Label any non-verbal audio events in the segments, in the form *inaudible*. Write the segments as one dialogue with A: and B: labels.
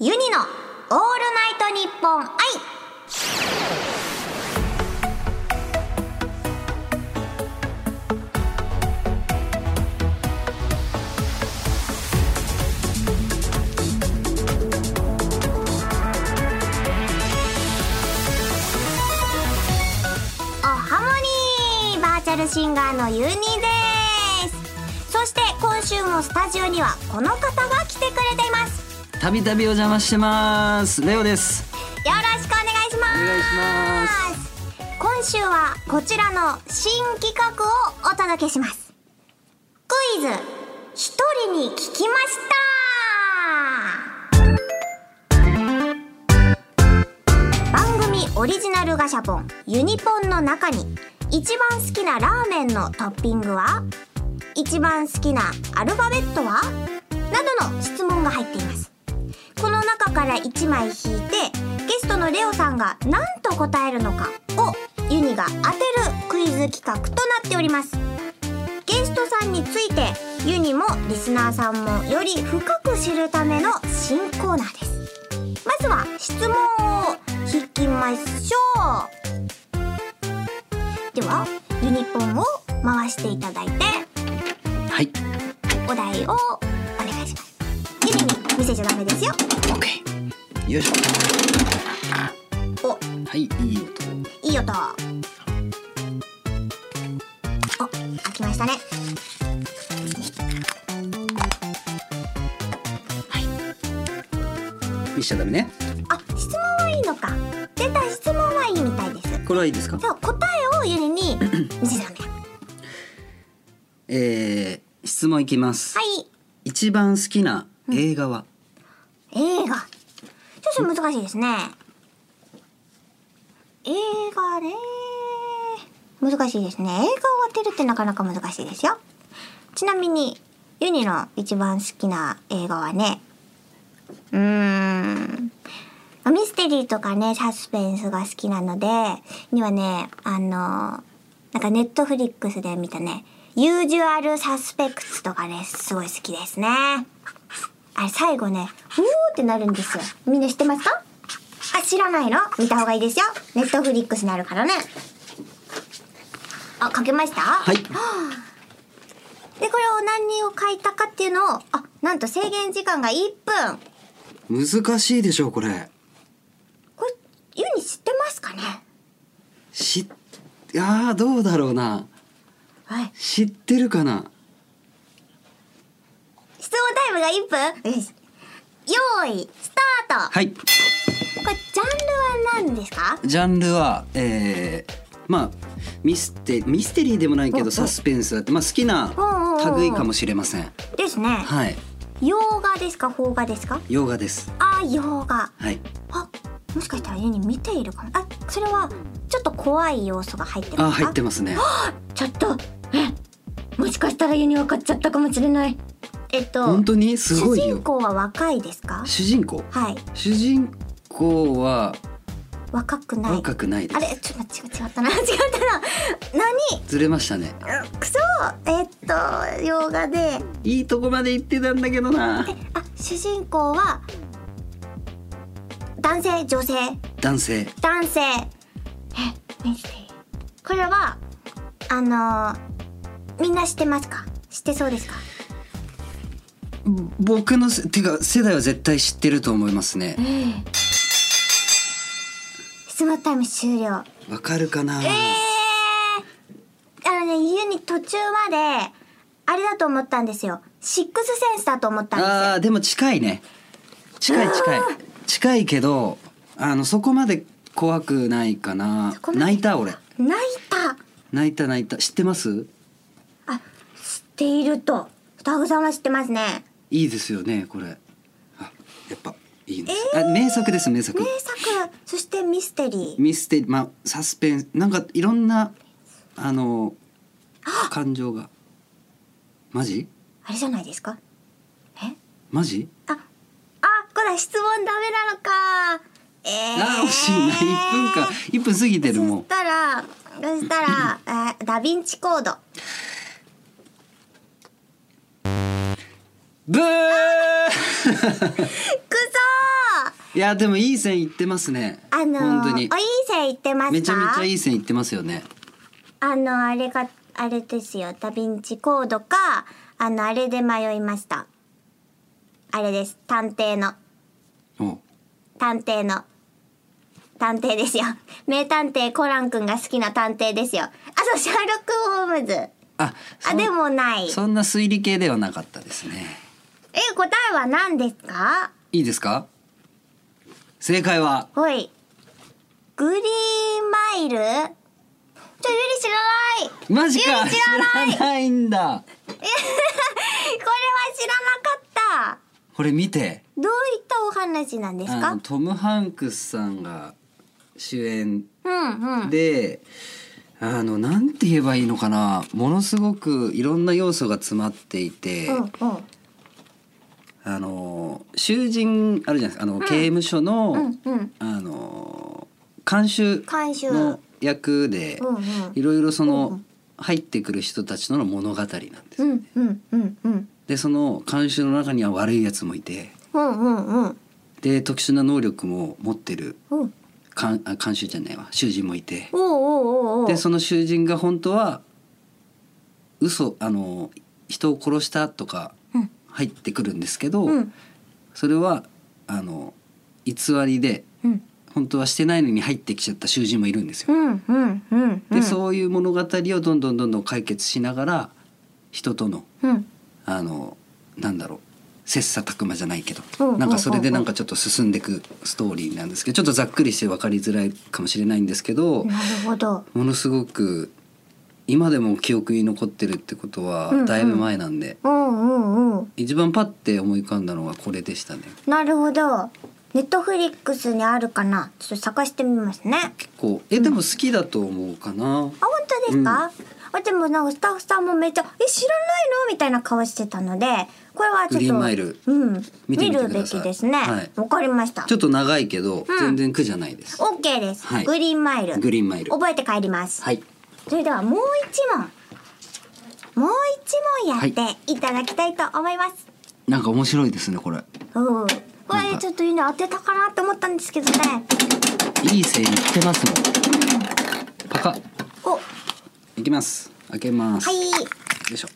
A: ユニのオールナイトニッポン愛おハモニーバーチャルシンガーのユニですそして今週もスタジオにはこの方が来てくれています
B: たびたびお邪魔してますレオです
A: よろしくお願いします
B: お願いします
A: 今週はこちらの新企画をお届けしますクイズ一人に聞きました番組オリジナルガシャポンユニポンの中に一番好きなラーメンのトッピングは一番好きなアルファベットはなどの質問が入っていますこの中から1枚引いてゲストのレオさんが何と答えるのかをユニが当てるクイズ企画となっておりますゲストさんについてユニもリスナーさんもより深く知るための新コーナーですまずは質問を引きましょうではユニポンを回していただいて
B: はい
A: お題をお願いしますユニに見せちゃダメですよ
B: OK よいし
A: お
B: ょはいいい音
A: いい音。あ、開きましたね。
B: 見しちゃダメね
A: あ、質問はいいのか。出た質問はいいみたいです。
B: これはいいですか
A: そう、答えをユニに見せちゃダメ。は
B: えー、質問いきます、
A: い。
B: 一番好きな映画は、
A: 映画。少々難しいですね。映画ね。難しいですね。映画を当てるってなかなか難しいですよ。ちなみに、ユニの一番好きな映画はね、うーん。ミステリーとかね、サスペンスが好きなので、にはね、あの、なんかネットフリックスで見たね、ユージュアルサスペクツとかね、すごい好きですね。あれ最後ね、うおーってなるんですよ。みんな知ってますかあ、知らないの見た方がいいですよ。ネットフリックスになるからね。あ、書けましたは
B: はい
A: で、これを何人を書いたかっていうのを、あ、なんと制限時間が1分。
B: 難しいでしょうこれ
A: これ、ユニ知ってますかね
B: 知っあーどうだろうな
A: はい。
B: 知ってるかな
A: 質問タイムが1分よし。用意、スタート、
B: はい
A: これ、ジャンルは何ですか
B: ジャンルはえー、まあミステミステリーでもないけ
A: うんうん
B: どサスペンスだってまあ好きな
A: うんうんうん
B: 類かもしれません
A: ですね。
B: はい
A: 洋画ですか邦画ですか
B: 洋画です
A: あ、洋画。
B: はい
A: あもしかしたら家に見ているかもあそれはちょっと怖い要素が入って
B: あー
A: ますか
B: 入ってますね
A: ちょっとえもしかしたら家に分かっちゃったかもしれないえっと
B: 本当にすご
A: 主
B: い
A: 人
B: よ
A: 公は若いですか
B: 主人公
A: はい
B: 主人公は
A: 若くない
B: 若くないで
A: あ
B: す、
A: れちょっと待って違う違ったな違ったな
B: ずれましたね
A: 何うくそえっと洋画で
B: いいとこまで行ってたんだけどな
A: あ主人公は男性女性
B: 男性
A: 男性え何してこれはあのーみんな知ってますか知ってそうですか
B: 僕のせてか世代は絶対知ってると思いますね
A: 質問タイム終了
B: わかるかな、
A: えー、あのね家に途中まであれだと思ったんですよシックスセンスだと思ったんです
B: あーでも近いね近い近い近いけどあのそこまで怖くないかな
A: そこまで
B: 泣いた俺
A: よ泣いた
B: 泣いた泣いた知ってます
A: あ知っているとスタッフさんは知ってますね
B: いいですよねこれあやっぱいいんです、あ名作です名作
A: 名作そしてミステリー
B: ミステリーまあサスペンスなんかいろんなあの感情がマジ
A: あれじゃないですかえ
B: マジ
A: あ、あ、これ質問ダメなのか。えー、
B: あー惜しいな1分か1分過ぎてるも
A: そうしたら、そしたら、あダヴィンチコード。
B: ブー
A: くそ
B: いやでもいい線いってますね
A: あの
B: 本当
A: ー、おい
B: に
A: い線いってますか
B: めちゃめちゃいい線いってますよね
A: あのあれがあれですよダヴィンチコードかあのあれで迷いましたあれです探偵の
B: お
A: 探偵の探偵ですよ *laughs* 名探偵コラン君が好きな探偵ですよあそうシャーロック・ホームズ
B: あそ
A: あでもないえ
B: そんな推理系ではなかったですね
A: 答えは何ですか
B: いいですか正解は
A: ほいグリーンマイルちょゆり知らない
B: マジ
A: い
B: か
A: や知らない
B: 知らないんだ
A: これは知らなかった
B: これ見て
A: どういったお話なんです
B: あ
A: か
B: のトム・ハンクスさんが主演
A: うんうん
B: で、あのなんて言えばいいのかなものすごくいろんな要素が詰まっていて、
A: うんうん
B: あの囚人あるじゃないですかあの、刑務所の、
A: うんうん
B: あの監修
A: 監修
B: の役で、
A: うんうん
B: いろいろその、入ってくる人たちとの物語なんです。
A: うんうんうんうん
B: でその監修の中には悪いやつもいて
A: うんうんうん
B: で特殊な能力も持ってる
A: うん
B: 監あ監修じゃないわ囚人もいて
A: おうおうおうおう
B: でその囚人が本当は嘘あの人を殺したとか
A: うん
B: 入ってくるんですけど、
A: うん
B: それはあの偽りで
A: うん
B: 本当はしてないのに入ってきちゃった囚人もいるんですよ。
A: うんうんうんうん
B: でそういう物語をどんどんどんどん解決しながら人との
A: うん
B: あのなんだろう切磋琢磨じゃないけど、
A: うんうん
B: なんかそれでなんかちょっと進んでいくストーリーなんですけどちょっとざっくりして分かりづらいかもしれないんですけど、
A: なるほど
B: ものすごく今でも記憶に残ってるってことは
A: うんうん
B: だいぶ前なんで、
A: うんうんうん
B: 一番パッて思い浮かんだのはこれでしたね
A: なるほどネットフリックスにあるかなちょっと探してみますね
B: 結構えでも好きだと思うかな
A: あ本当ですか、あでもなんかスタッフさんもめっちゃ「え知らないの?」みたいな顔してたのでこれはちょっと
B: グリーンマイル
A: うん、
B: 見てみて
A: る
B: く
A: べ
B: ださい
A: きですねわ、
B: はい
A: かりました
B: ちょっと長いけど、全然苦じゃないです
A: オッケーです、
B: はい
A: グリーンマイル
B: グリーンマイル
A: 覚えて帰ります
B: はい
A: それではもう一問もう一問やっていただきたいと思います、
B: なんか面白いですねこれ
A: うんこ
B: なん
A: れ
B: か
A: ちょっといいの当てたかなと思ったんですけどね
B: いい線いってますもんパカッ
A: おはい
B: きます開けます、
A: い
B: よいしょ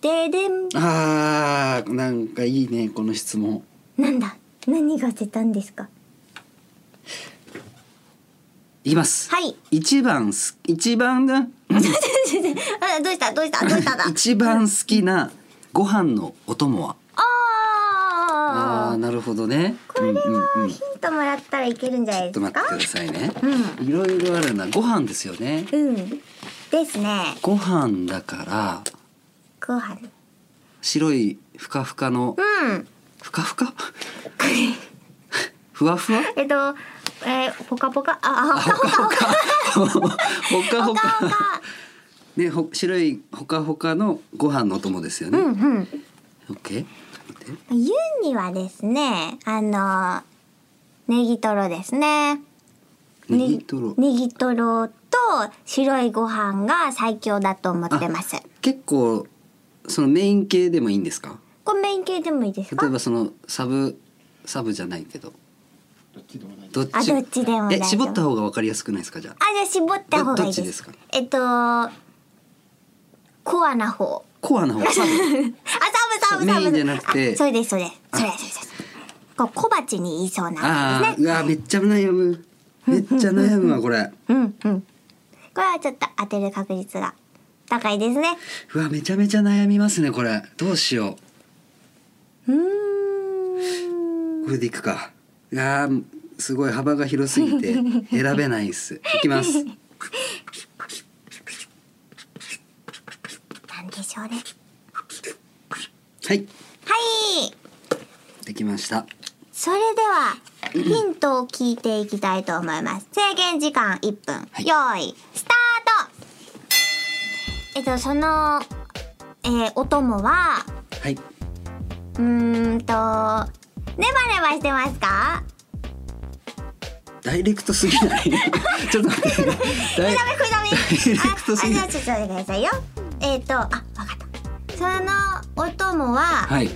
A: ででん
B: あーなんかいいねこの質問
A: なんだ何が出たんですか
B: いきます、
A: はい
B: 一番す一番な
A: あどうしたどうしたどうした *laughs* だ
B: 一番好きなご飯のお供はあ
A: あ
B: ー
A: ー
B: なるほどね
A: これ
B: うんうんう
A: は
B: ん
A: ヒ
B: ちょ
A: ントもらったらいけるんじゃない
B: っ
A: で
B: と
A: す
B: 待
A: か
B: ってくださいね、いろいろあるなご飯ですよね
A: うんですね
B: ご飯だから
A: ご飯
B: 白いふかふかの
A: うん
B: ふかふかふわふ *laughs* わ
A: えっとえー、ポカポカああ
B: ほかほかほか
A: ほ
B: ほ
A: かほ
B: か
A: か
B: ねほ白いほかほかのご飯のお供ですよ
A: う
B: ね、
A: んうん
B: オッケー待って
A: ユンにはですねあのネギトロですね
B: ネギトロ
A: ネギトロと白いご飯が最強だと思ってます
B: 結構そのメイン系でもいいんですか
A: これメイン系でもいいです
B: 例え
A: か
B: ばそのサブサブじゃないけどどっ
A: あ
B: ち
A: どっちでも大
B: え
A: 丈夫
B: 絞った方がわかりやすくないですかじゃあ
A: あじゃあ絞った方がいいです
B: どどっちですか
A: えっとコアな方
B: コ
A: *laughs*
B: アな方が
A: あサブサブサブ
B: メインじゃなくて
A: あそうですそうですそれですそれですこう小鉢に言いそうな
B: あ
A: ん
B: あ
A: です
B: う
A: ね
B: わめっちゃ悩
A: *laughs*
B: むめっちゃ悩むわこれ
A: うんうんこれはちょっと当てる確率が高いですね
B: うわめちゃめちゃ悩みますねこれどうしよ
A: うーん
B: うこれでいくかいやーすごい幅が広すぎ
A: *laughs*
B: て選べないっすいきます
A: なんでしょうね
B: は
A: は
B: い
A: い
B: できました
A: それではヒントを聞いていきたいと思います制限時間1分、
B: はい
A: 用意スタートえっとその、えー、お供は
B: はいう
A: ーんとネバネバしてますか
B: ダイレクトすぎない *laughs* ちょっと待ってダイ
A: ふだめふだめ
B: ダイレクトすぎ
A: ああじゃあちょっと待ってくださいよえっ、とあわかったそそのお供は、
B: はい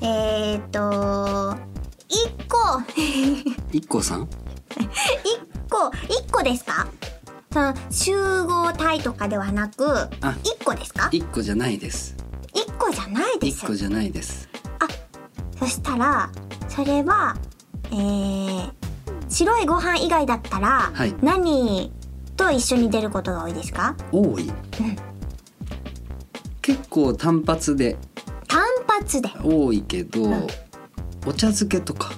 A: えーっと一個
B: 一光さん
A: 一個一個ですかその集合体とかではなく
B: あ
A: 一個ですか
B: 一個じゃないです
A: 一個じゃないで
B: 一
A: す
B: 個じゃないです
A: そしたらそれはえー、白いご飯以外だったら、
B: はい
A: 何と一緒に出ることが多いですか
B: 多い結構単発で
A: 単発で
B: 多いけど、
A: ん
B: お茶漬けとか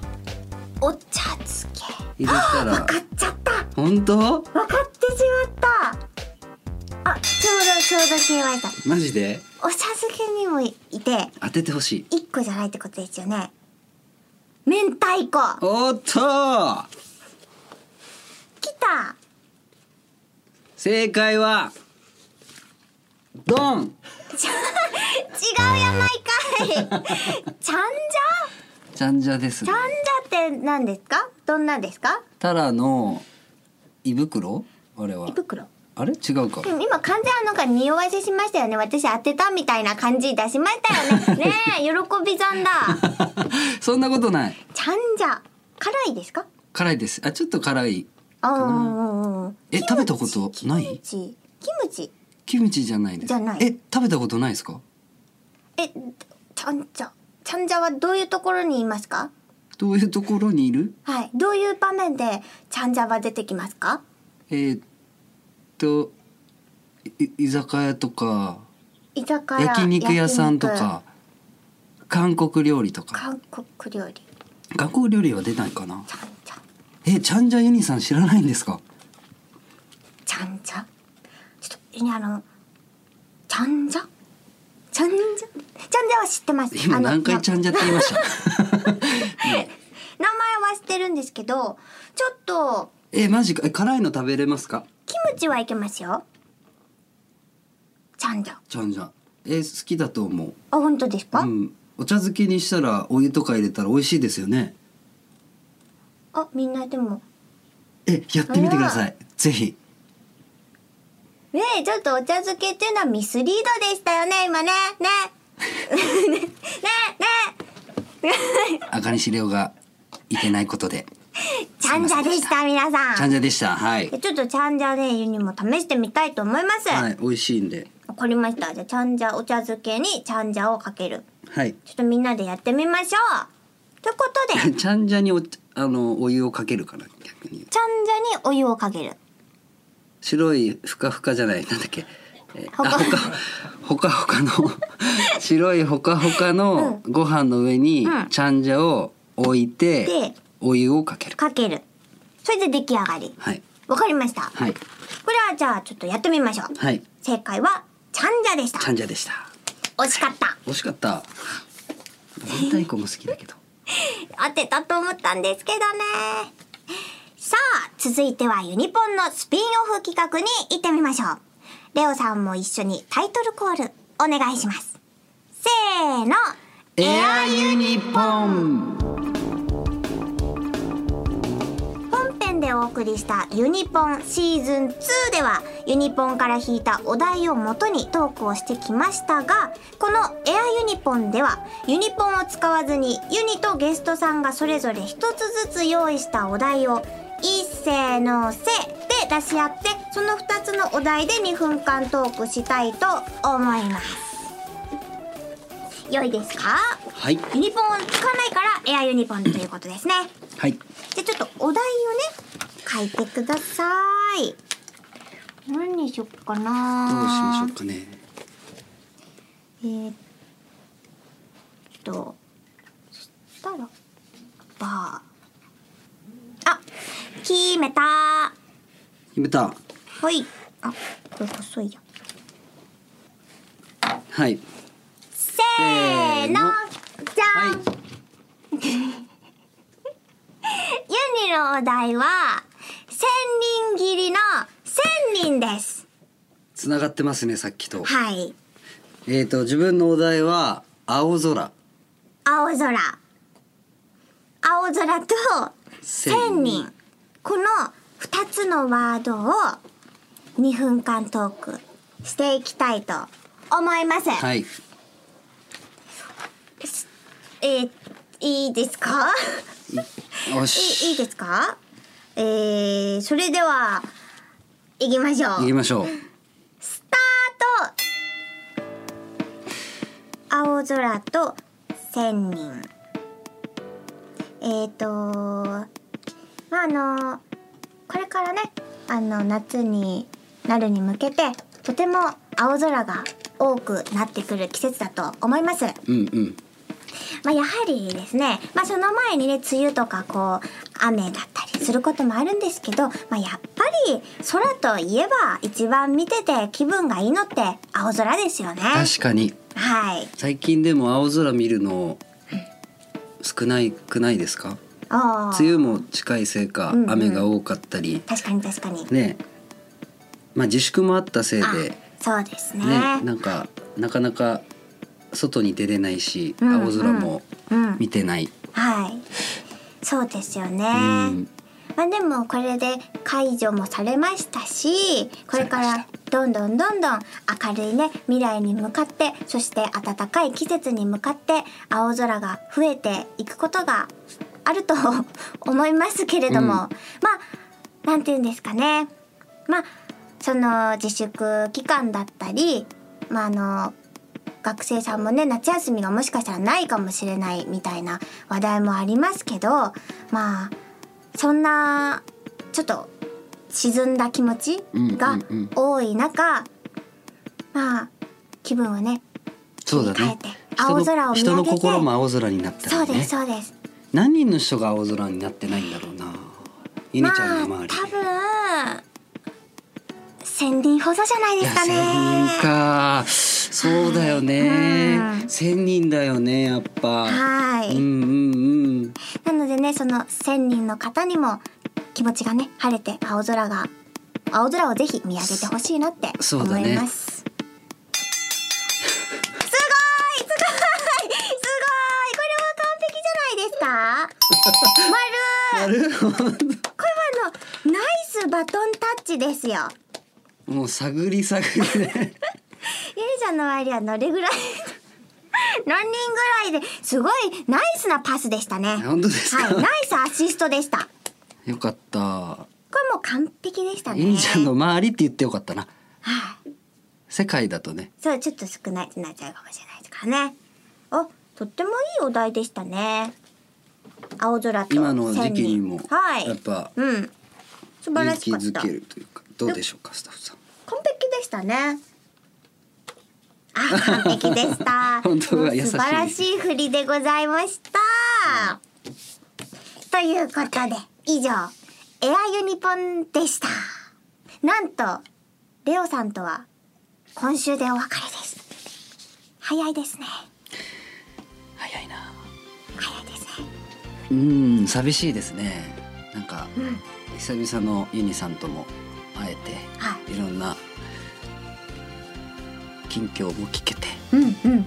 A: お茶漬け
B: 入れた
A: わ
B: ら
A: かっちゃった
B: 本当
A: わかってしまったあちょうどちょうど知りました
B: マジで
A: お茶漬けにもいて
B: 当ててほしい
A: 一個じゃないってことですよね明太子
B: おっと
A: きた
B: 正解はドン
A: 違うやないかいちゃんじゃ
B: ちゃんじゃです
A: ち
B: ね
A: ゃんじゃって何ですかどんなんですか
B: タラの胃袋あれは
A: 胃袋
B: あれ違うか *laughs*
A: でも今完全になんか匂わせしましたよね私当てたみたいな感じ出しましたよねねえ喜びざんだ
B: そんなことない
A: ちゃんじゃ辛いですか
B: 辛いですあちょっと辛い
A: ああ
B: え食べたことな
A: キム
B: い
A: チキムチ
B: キムチじゃないです
A: じゃない
B: え食べたことないですか
A: えちゃんじゃちゃんじゃはどういうところにいますか
B: どういうところにいる
A: はいどういう場面でちゃんじゃは出てきますか
B: えーっとい居酒屋とか
A: 居酒屋
B: 焼肉屋さんとか韓国料理とか
A: 韓国料理
B: 韓国料理は出ないかな
A: ちゃんじゃ
B: えちゃんじゃユニさん知らないんですか
A: ちゃんじゃちょっといやあのちゃんじゃちゃんじゃちゃんじゃは知ってます
B: 今
A: あの
B: 何回ちゃんじゃって言いました
A: *laughs* 名前は知ってるんですけどちょっと
B: えマジかえ辛いの食べれますか
A: キムチはいけますよちゃんじゃ
B: ちゃんじゃえ好きだと思う
A: あ本当ですか、
B: うんお茶漬けにしたらお湯とか入れたら美味しいですよね
A: あみんなでも
B: えやってみてくださいぜひ
A: ねえちょっとお茶漬けっていうのはミスリードでしたよね今ねねねねね
B: 赤西レオがいけないことで
A: ちゃんじゃでした皆さん
B: ちゃんじゃでしたはい
A: でちょっとちゃんじゃねユニも試してみたいと思います、
B: はい美味しいんで
A: わかりましたじゃあちゃんじゃお茶漬けにちゃんじゃをかける
B: はい
A: ちょっとみんなでやってみましょうという
B: *laughs*
A: ことで
B: ちゃんじゃにおあのお湯をかけるかな逆に
A: ちゃんじゃにお湯をかける
B: 白いふかふかじゃないなんだっけえ
A: ほか
B: あほかほ
A: *laughs*
B: かほかの白いほかほかのご飯の上に
A: うん
B: ちゃんじゃを置いて
A: で
B: お湯をかける
A: かけるそれで出来上がり
B: はい
A: わかりました、
B: はい
A: これはじゃあちょっとやってみましょう、
B: はい
A: 正解はちゃんじゃでした
B: ちゃんじゃでした
A: 惜しかった
B: 惜しかった明太子も好きだけど
A: 当てたと思ったんですけどねさあ続いてはユニポンのスピンオフ企画に行ってみましょうレオさんも一緒にタイトルコールお願いしますせーの
B: エアユニポン
A: 本編でお送りしたユニポンシーズン2ではユニポンから引いたお題を元にトークをしてきましたがこのエアユニポンではユニポンを使わずにユニとゲストさんがそれぞれ一つずつ用意したお題を一せのせで出し合ってその2つのお題で2分間トークしたいと思います。良いですか
B: はい
A: ユニポンを使わないからエアユニポンということですね。
B: はい
A: じゃあちょっとお題をね書いてください何にしよっか
B: どうしましょ
A: な
B: うかね
A: えーっとそしたらバーあ決めた
B: 決めた
A: ほいあこれ細いや
B: はい
A: せーの
B: せーの
A: じゃん、
B: はい
A: ユニのお題は千人切りの千人です
B: つながってますねさっきと
A: はい
B: えっ、と自分のお題は青空
A: 青空青空と
B: 千
A: 千人この2つのワードを2分間トークしていきたいと思います、
B: はい
A: すえーいいですか
B: よ
A: いいい
B: し
A: ですかえー、それでは行きましょ
B: 行
A: う
B: きましょう
A: スタート青空と千人えっ、ー、とまああのこれからねあの夏になるに向けてとても青空が多くなってくる季節だと思います。
B: うんうん
A: まあ、やはりですね、まあ、その前にね梅雨とかこう雨だったりすることもあるんですけど、まあ、やっぱり空といえば一番見てて気分がいいのって青空ですよね。
B: 確かに
A: はい、
B: 最近でも青空見るの少ないくないですか
A: あー
B: 梅雨も近いせいか
A: うんうん
B: 雨が多かったり
A: 確かに確かに。
B: ねまあ自粛もあったせいで
A: あそうですね。
B: ねなんかなかなか外に出れないし
A: うんうん
B: 青空も
A: うん、
B: 見てない
A: はいそうですよね。
B: うん
A: まあでもこれで解除もされましたしこれか
B: されま
A: らどんどんどんどん明るいね未来に向かってそして暖かい季節に向かって青空が増えていくことがあると思いますけれども、
B: うん
A: まあなんて言うんですかねまあその自粛期間だったりまああの学生さんもね夏休みがもしかしたらないかもしれないみたいな話題もありますけどまあそんなちょっと沈んだ気持ちが
B: うんうんうん
A: 多い中、まあ気分をね
B: そうだ
A: 変え
B: ね
A: て
B: 人の
A: 青空を見
B: 人
A: 上
B: の
A: げて
B: 心も青空になった
A: そう
B: ら
A: で
B: ね
A: すそうです
B: 何人の人が青空になってないんだろうなゆ
A: ま
B: ね
A: あ
B: ちゃんの周り
A: 多分千人ほどじゃない
B: い
A: で
B: や
A: すかね
B: 千人かそうだよ
A: う
B: ね
A: ん
B: 千人だよねやっぱ
A: はい
B: うんうんうん
A: なのでねその千人の方にも気持ちがね晴れて青空が青空をぜひ見上げてほしいなって
B: そう
A: 思
B: だね
A: い *laughs* ます。すごいすごいすごい
B: *laughs*
A: これは完璧じゃないですか。まるこれはあのナイスバトンタッチですよ。
B: もう探り探りで
A: ゆりちゃんの周りはどれぐらい *laughs* 何人ぐらいですごいナイスなパスでしたね。はい
B: 本当ですか、
A: ナイスアシストでした。
B: よかった
A: これもう完璧でしたね。
B: ゆねちゃんの周りって言ってよかったな
A: はい。
B: 世界だとね
A: そう、ちょっと少ないってなっちゃうかもしれないですからね。あ、とってもいいお題でしたね。青空と
B: 今の時期にも
A: 千人はい。
B: やっぱ
A: うん。素晴ら
B: 勇
A: し
B: 気
A: かっ
B: づ
A: た。
B: けるというかどうでしょうかスタッフさん
A: 完璧でしたね。あ、完璧でした。
B: *laughs* 本当だ
A: もう
B: 優しい
A: 素晴らしい振りでございました。ということで、以上、エアユニポンでした。なんと、レオさんとは、今週でお別れです。早いですね。
B: 早いな
A: 早いですね。
B: うん寂しいですねなんか
A: うん。
B: 久々のユニさんとも会えて
A: はい。
B: いろんな近況も聞けて
A: うんうん。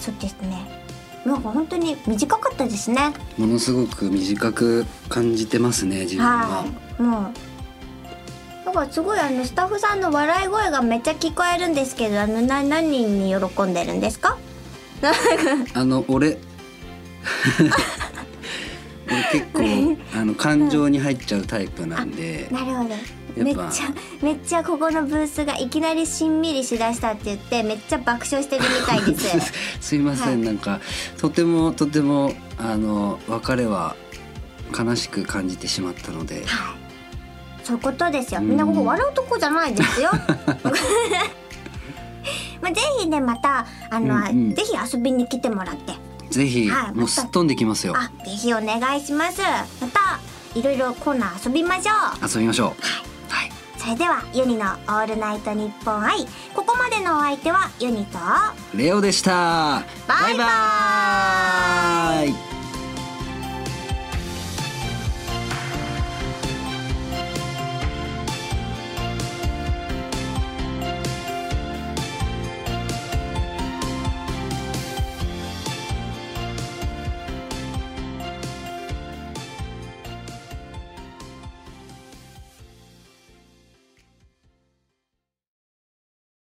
A: そうですね。なんか本当に短かったですね。
B: ものすごく短く感じてますね自分は
A: は。い、もう。なんかすごいあのスタッフさんの笑い声がめっちゃ聞こえるんですけど、あのな何人に喜んでるんですか？
B: あの
A: *laughs*
B: 俺俺結構あの感情に入っちゃうタイプなんで、
A: なるほど。
B: ぱ。
A: めっちゃめっちゃここのブースがいきなりしんみりしだしたって言ってめっちゃ爆笑してるみたいです
B: すいません、
A: はい
B: なんかとてもとてもあの別れは悲しく感じてしまったので
A: はい。そういうことですよ。
B: うん
A: みんなここ笑うとこじゃないです *laughs* よ。まあぜひねまたあの、
B: うんうん
A: ぜひ遊びに来てもらって。
B: ぜひ、
A: はい
B: もうすっ飛んできますよ
A: あ、ぜひお願いします。また、いろいろコーナー遊びましょう。
B: 遊びましょうはい
A: それでは、ユニのオールナイトニッポン愛。ここまでのお相手はユニと、
B: レオでした
A: バイバ
B: バイバーイ